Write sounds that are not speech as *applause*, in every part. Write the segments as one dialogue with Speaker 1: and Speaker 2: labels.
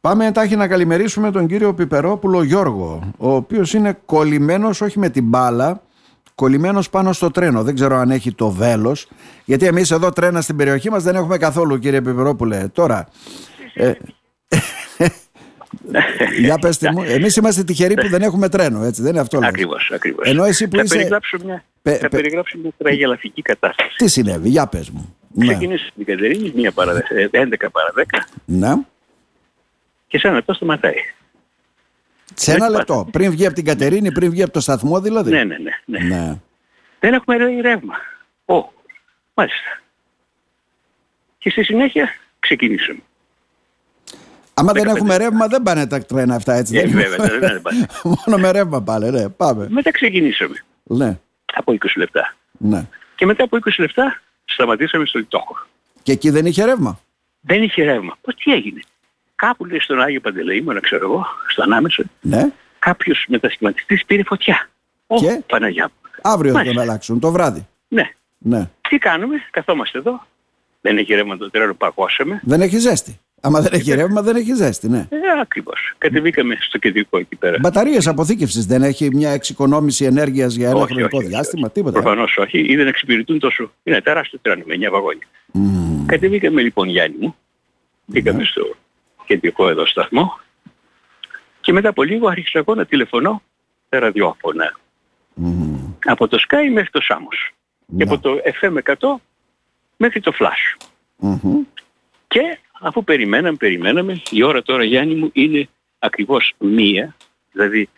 Speaker 1: Πάμε εντάχει να καλημερίσουμε τον κύριο Πιπερόπουλο Γιώργο, ο οποίος είναι κολλημένος όχι με την μπάλα, κολλημένος πάνω στο τρένο. Δεν ξέρω αν έχει το βέλος, γιατί εμείς εδώ τρένα στην περιοχή μας δεν έχουμε καθόλου κύριε Πιπερόπουλε. Τώρα,
Speaker 2: *laughs*
Speaker 1: ε, για πες τη μου, εμείς είμαστε τυχεροί που δεν έχουμε τρένο, έτσι, δεν είναι αυτό. λες.
Speaker 2: Ακριβώς, ακριβώς.
Speaker 1: Ενώ εσύ που
Speaker 2: θα
Speaker 1: είσαι-
Speaker 2: περιγράψω μια,
Speaker 1: Πε-
Speaker 2: θα
Speaker 1: πε-
Speaker 2: περιγράψω μια τραγελαφική κατάσταση.
Speaker 1: Τι συνέβη, για πες μου. Ναι,
Speaker 2: Ξεκινήσα στην Κατερίνη, μία παρά, δε- ε, 11 παρά 10
Speaker 1: ναι.
Speaker 2: και σε ένα λεπτό σταματάει.
Speaker 1: Σε ένα
Speaker 2: Δεν
Speaker 1: λεπτό, πριν βγει από την Κατερίνη, πριν βγει από το σταθμό δηλαδή.
Speaker 2: Ναι, ναι, ναι. ναι.
Speaker 1: ναι.
Speaker 2: Δεν έχουμε ρε- ρεύμα. Ω, μάλιστα. Και στη συνέχεια ξεκινήσαμε.
Speaker 1: Άμα δεν
Speaker 2: 15.
Speaker 1: έχουμε ρεύμα, δεν πάνε τα τρένα αυτά έτσι.
Speaker 2: Ε,
Speaker 1: δεν
Speaker 2: βέβαια, τα τρένα δεν πάνε.
Speaker 1: *laughs* Μόνο με ρεύμα πάνε, ναι, πάμε.
Speaker 2: Μετά ξεκινήσαμε
Speaker 1: Ναι,
Speaker 2: από 20 λεπτά.
Speaker 1: ναι.
Speaker 2: Και μετά από 20 λεπτά σταματήσαμε στο Λιτόχο.
Speaker 1: Και εκεί δεν είχε ρεύμα.
Speaker 2: Δεν είχε ρεύμα. Πώς τι έγινε. Κάπου λέει στον Άγιο Παντελεήμονα, ξέρω εγώ, στο ανάμεσο,
Speaker 1: Ναι.
Speaker 2: κάποιος μετασχηματιστής πήρε φωτιά. Ω,
Speaker 1: Και?
Speaker 2: Παναγιά μου.
Speaker 1: Αύριο θα τον
Speaker 2: Μάλιστα.
Speaker 1: αλλάξουν, το βράδυ.
Speaker 2: Ναι.
Speaker 1: Ναι.
Speaker 2: Τι κάνουμε, καθόμαστε εδώ. Δεν έχει ρεύμα το τρένο, παγώσαμε.
Speaker 1: Δεν έχει ζέστη. Άμα δεν έχει ρεύμα, δεν έχει ζέστη, ναι.
Speaker 2: Ε, ακριβώς. Κατεβήκαμε στο κεντρικό εκεί πέρα.
Speaker 1: Μπαταρίες αποθήκευσης δεν έχει μια εξοικονόμηση ενέργειας για ένα
Speaker 2: Όχι,
Speaker 1: χρονικό
Speaker 2: όχι, όχι,
Speaker 1: διάστημα,
Speaker 2: όχι.
Speaker 1: τίποτα.
Speaker 2: Προφανώς όχι, ή δεν εξυπηρετούν τόσο. Είναι τεράστιο τρένο με 9 βαγόνια. Κατεβήκαμε λοιπόν Γιάννη μου, μπήκαμε
Speaker 1: Ναι.
Speaker 2: στο κεντρικό εδώ σταθμό και μετά από λίγο άρχισα εγώ να τηλεφωνώ τα ραδιόφωνα. Από το Sky μέχρι το Σάμος.
Speaker 1: Να.
Speaker 2: Και από το FM 100 μέχρι το Flash.
Speaker 1: Μμμ.
Speaker 2: Και αφού περιμέναμε, περιμέναμε, η ώρα τώρα Γιάννη μου είναι ακριβώς μία, δηλαδή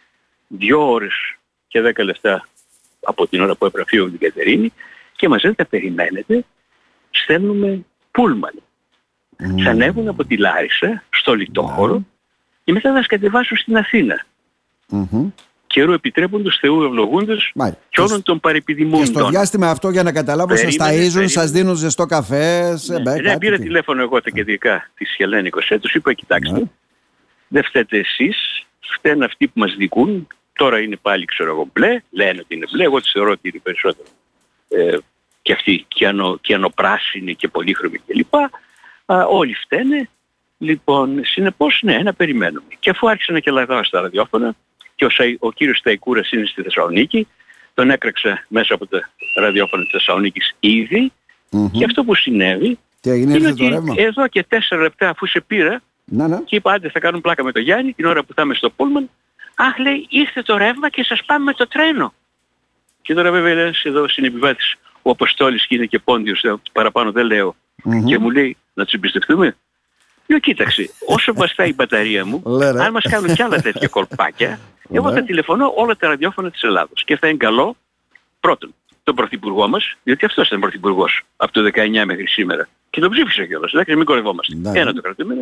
Speaker 2: δύο ώρες και δέκα λεπτά από την ώρα που έπρεπε να φύγω από την Κατερίνη και μας λένε τα περιμένετε, στέλνουμε πούλμαν. Mm. ανέβουν από τη Λάρισα στο Λιτόχωρο και μετά θα σας κατεβάσουν στην Αθήνα.
Speaker 1: Μμμ.
Speaker 2: Καιρού επιτρέποντος, Θεού ευλογούντος
Speaker 1: Μάλιστα.
Speaker 2: και όλων των
Speaker 1: Και στο
Speaker 2: παρεπιδημούντων.
Speaker 1: διάστημα αυτό, για να καταλάβω, σας
Speaker 2: Περίμενε,
Speaker 1: ταΐζουν, σα
Speaker 2: περίμενε.
Speaker 1: δίνουν ζεστό καφέ. σε μπε,
Speaker 2: Ναι, ναι,
Speaker 1: ε, κάτι
Speaker 2: πήρα
Speaker 1: τι-
Speaker 2: τηλέφωνο εγώ τα κεντρικά της Χελένικος. Ε, τους είπα, κοιτάξτε,
Speaker 1: Ναι.
Speaker 2: δεν φταίτε εσείς, φταίνε αυτοί που μας δικούν. Τώρα είναι πάλι, ξέρω εγώ, μπλε, λένε ότι είναι μπλε, εγώ τους θεωρώ ότι είναι περισσότερο. Ε, και αυτοί κιανο, κιανοπράσινοι και πολύχρωμοι κλπ. Α, όλοι φταίνε. Λοιπόν, συνεπώς, ναι, να περιμένουμε. Και αφού άρχισα να κελαγάω στα ραδιόφωνα και ο, Σαϊ- ο κύριος Σταϊκούρας είναι στη Θεσσαλονίκη, τον έκραξα μέσα από τα ραδιόφωνα της Θεσσαλονίκης ήδη
Speaker 1: Μμμ.
Speaker 2: και αυτό που συνέβη
Speaker 1: Τι έγινε,
Speaker 2: είναι
Speaker 1: ήρθε το
Speaker 2: ότι
Speaker 1: ρεύμα.
Speaker 2: εδώ και ε- τέσσερα λεπτά αφού σε πήρα
Speaker 1: Ναι, ναι.
Speaker 2: και είπα άντε θα κάνουν πλάκα με τον Γιάννη την ώρα που θα είμαι στο Πούλμαν. Αχ λέει ήρθε το ρεύμα και σας πάμε με το τρένο. Και τώρα βέβαια ένας εδώ συνεπιβάτης ο Αποστόλης και είναι και πόντιος ε, παραπάνω δεν λέω
Speaker 1: Μμμ.
Speaker 2: και μου λέει να τους εμπιστευτούμε. Λέω κοίταξε όσο βαστάει η μπαταρία μου
Speaker 1: Λε, ρε.
Speaker 2: αν μας κάνουν κι άλλα τέτοια κορπάκια εγώ
Speaker 1: Ναι.
Speaker 2: θα τηλεφωνώ όλα τα ραδιόφωνα της Ελλάδος και θα εγκαλώ πρώτον τον Πρωθυπουργό μας, διότι αυτός ήταν Πρωθυπουργός από το 19 μέχρι σήμερα. Και τον ψήφισε κιόλας, εντάξει, μην κορευόμαστε.
Speaker 1: Ναι.
Speaker 2: Ένα το κρατούμενο.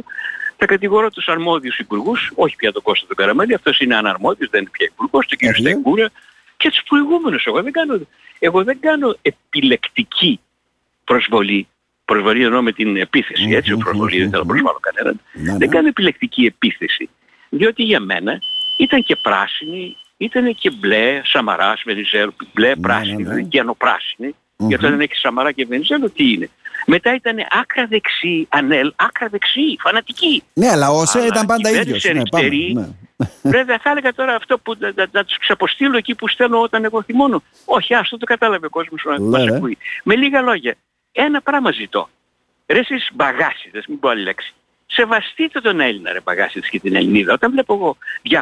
Speaker 2: Θα κατηγορώ τους αρμόδιους υπουργούς, όχι πια τον Κώστα τον Καραμέλη, αυτός είναι αναρμόδιος, δεν είναι πια υπουργός, τον κύριο
Speaker 1: Βέβαια.
Speaker 2: Σταϊκούρα και τους προηγούμενους. Εγώ δεν κάνω, εγώ δεν κάνω επιλεκτική προσβολή, προσβολή εννοώ με την επιθεση
Speaker 1: Μμμ,
Speaker 2: έτσι,
Speaker 1: μμμ,
Speaker 2: προσβολή, δεν θέλω να
Speaker 1: μμμ.
Speaker 2: προσβάλλω κανέναν.
Speaker 1: Ναι, ναι.
Speaker 2: Δεν κάνω επιλεκτική επίθεση. Διότι για μένα ήταν και πράσινη, ήταν και μπλε, Σαμαράς, Βενιζέλο, μπλε,
Speaker 1: ναι,
Speaker 2: πράσινη,
Speaker 1: ναι.
Speaker 2: καινοπράσινη. Γι' αυτό δεν έχει Σαμαρά και Βενιζέλο, τι είναι. Μετά ήταν άκρα δεξί, ανέλ, άκρα δεξί, φανατική.
Speaker 1: Ναι, αλλά όσα
Speaker 2: Αλλά
Speaker 1: ήταν πάντα
Speaker 2: κυβέρνηση
Speaker 1: ίδιος. Ναι, πάμε,
Speaker 2: αριστερή.
Speaker 1: ναι.
Speaker 2: Βέβαια θα έλεγα τώρα αυτό που να, να, να τους ξαποστείλω εκεί που στέλνω όταν εγώ θυμώνω. Όχι, άστο το κατάλαβε ο κόσμος που μας
Speaker 1: Λέρε.
Speaker 2: ακούει. Με λίγα λόγια, ένα πράγμα ζητώ. Ρε εσείς μπαγάσιδες, μην πω άλλη λέξη. Σεβαστείτε τον Έλληνα ρε μπαγάσιδες και την Ελληνίδα. Όταν βλέπω εγώ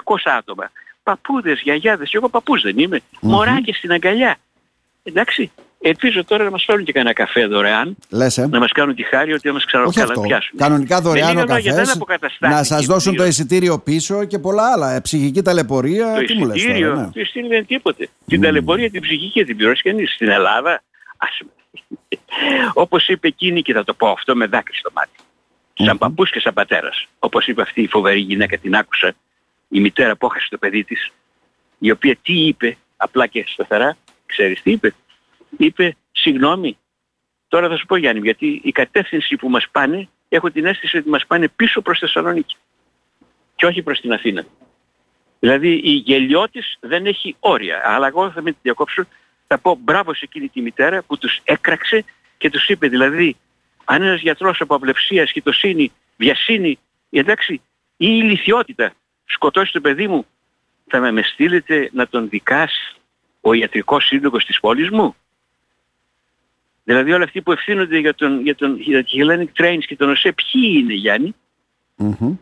Speaker 2: 200 άτομα, παππούδες, γιαγιάδες, και εγώ παππούς δεν είμαι, μωράκια στην αγκαλιά. Εντάξει, ελπίζω τώρα να μας φέρουν και κανένα καφέ δωρεάν,
Speaker 1: Λες, ε.
Speaker 2: να μας κάνουν τη χάρη ότι να μας
Speaker 1: Όχι αυτό.
Speaker 2: ξαναπιάσουν.
Speaker 1: Κανονικά δωρεάν
Speaker 2: Με
Speaker 1: ο
Speaker 2: λίγα λόγια,
Speaker 1: καφέ.
Speaker 2: δεν αποκαταστάθηκε
Speaker 1: Να σα
Speaker 2: η
Speaker 1: δώσουν το
Speaker 2: πλήρωση.
Speaker 1: εισιτήριο πίσω και πολλά άλλα. Ε, Ψυχική ταλαιπωρία.
Speaker 2: Το
Speaker 1: τι μου λες
Speaker 2: εισιτήριο,
Speaker 1: τώρα, ναι.
Speaker 2: το εισιτήριο δεν είναι τίποτε. Την ταλαιπωρία, την ψυχική την πληρώσει κανείς. Στην Ελλάδα, ας... *laughs* όπως είπε εκείνη και θα το πω αυτό με δάκρυ στο μάτι. Σαν παππούς και σαν πατέρας. Όπως είπε αυτή η φοβερή γυναίκα, την άκουσα, η μητέρα που έχασε το παιδί της, η οποία τι είπε, απλά και σταθερά, ξέρεις τι είπε. Είπε, συγγνώμη, τώρα θα σου πω Γιάννη, γιατί η κατεύθυνση που μας πάνε, έχω την αίσθηση ότι μας πάνε πίσω προς Θεσσαλονίκη και όχι προς την Αθήνα. Δηλαδή η γελιότης δεν έχει όρια. Αλλά εγώ θα μην τη διακόψω. Θα πω μπράβο σε εκείνη τη μητέρα που τους έκραξε και τους είπε δηλαδή αν ένας γιατρός από αυλευσία, σχητοσύνη, βιασύνη, εντάξει, ή η λυθιότητα σκοτώσει το παιδί μου, θα με, με στείλετε να τον δικάσει ο ιατρικός σύλλογος της πόλης μου. Δηλαδή όλοι αυτοί που ευθύνονται για τον, για τον για τη Hellenic Trains και τον ΟΣΕ, ποιοι είναι Γιάννη,
Speaker 1: Μμμ.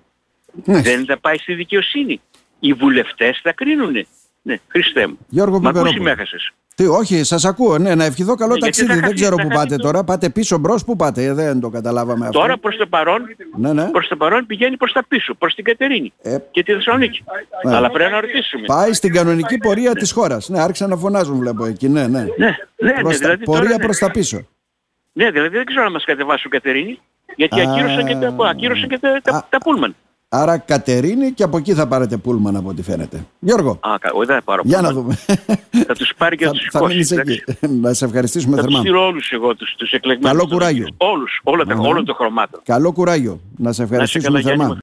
Speaker 1: Ναι.
Speaker 2: δεν θα πάει στη δικαιοσύνη. Οι βουλευτές θα κρίνουνε. Ναι, Χριστέ μου.
Speaker 1: Γιώργο
Speaker 2: Μα ακούς ή
Speaker 1: Πιπερόπουλο.
Speaker 2: με έχασες.
Speaker 1: Τι, όχι, σας ακούω. Ναι, να ευχηθώ καλό
Speaker 2: Ναι, γιατί
Speaker 1: ταξίδι.
Speaker 2: θα
Speaker 1: Δεν
Speaker 2: χαθεί-
Speaker 1: ξέρω
Speaker 2: θα
Speaker 1: πού
Speaker 2: χαθείς
Speaker 1: πάτε
Speaker 2: το-
Speaker 1: τώρα. Πάτε πίσω, μπρος, πού πάτε. Ε, Δεν το καταλάβαμε αυτό.
Speaker 2: Τώρα προς το παρόν,
Speaker 1: Ναι, ναι.
Speaker 2: προς το παρόν πηγαίνει προς τα πίσω, προς την Κατερίνη
Speaker 1: Ε, ναι.
Speaker 2: και τη Θεσσαλονίκη. Αλλά πρέπει να ρωτήσουμε.
Speaker 1: Πάει στην κανονική πορεία της χώρας. Ναι, άρχισαν να φωνάζουν, βλέπω εκεί. Ναι, ναι.
Speaker 2: Ναι, ναι, ναι,
Speaker 1: Προς τα-
Speaker 2: δηλαδή τώρα,
Speaker 1: πορεία
Speaker 2: ναι.
Speaker 1: προς τα πίσω.
Speaker 2: Ναι, δηλαδή δεν ξέρω αν μας κατεβάσουν Κατερίνη, γιατί
Speaker 1: Α.
Speaker 2: ακύρωσαν και τα, ακύρωσαν και τα,
Speaker 1: Α.
Speaker 2: τα, τα πούλμαν.
Speaker 1: Άρα Κατερίνη και από εκεί θα πάρετε πούλμαν από ό,τι φαίνεται. Γιώργο,
Speaker 2: Α, κα- όχι, δεν θα πάρω
Speaker 1: για να
Speaker 2: πούλμαν.
Speaker 1: δούμε.
Speaker 2: Θα τους πάρει και θα
Speaker 1: θα
Speaker 2: τους
Speaker 1: θα
Speaker 2: σηκώσει.
Speaker 1: μείνεις
Speaker 2: εντάξει.
Speaker 1: εκεί. να σε ευχαριστήσουμε
Speaker 2: Θα τους
Speaker 1: θερμά.
Speaker 2: στείλω όλους εγώ τους, τους εκλεγμένους.
Speaker 1: Καλό κουράγιο.
Speaker 2: Όλους, όλα τα,
Speaker 1: Ναι.
Speaker 2: όλων των χρωμάτων.
Speaker 1: Καλό κουράγιο. Να σε ευχαριστήσουμε
Speaker 2: καλά, Γιάννη
Speaker 1: θερμά.
Speaker 2: μου.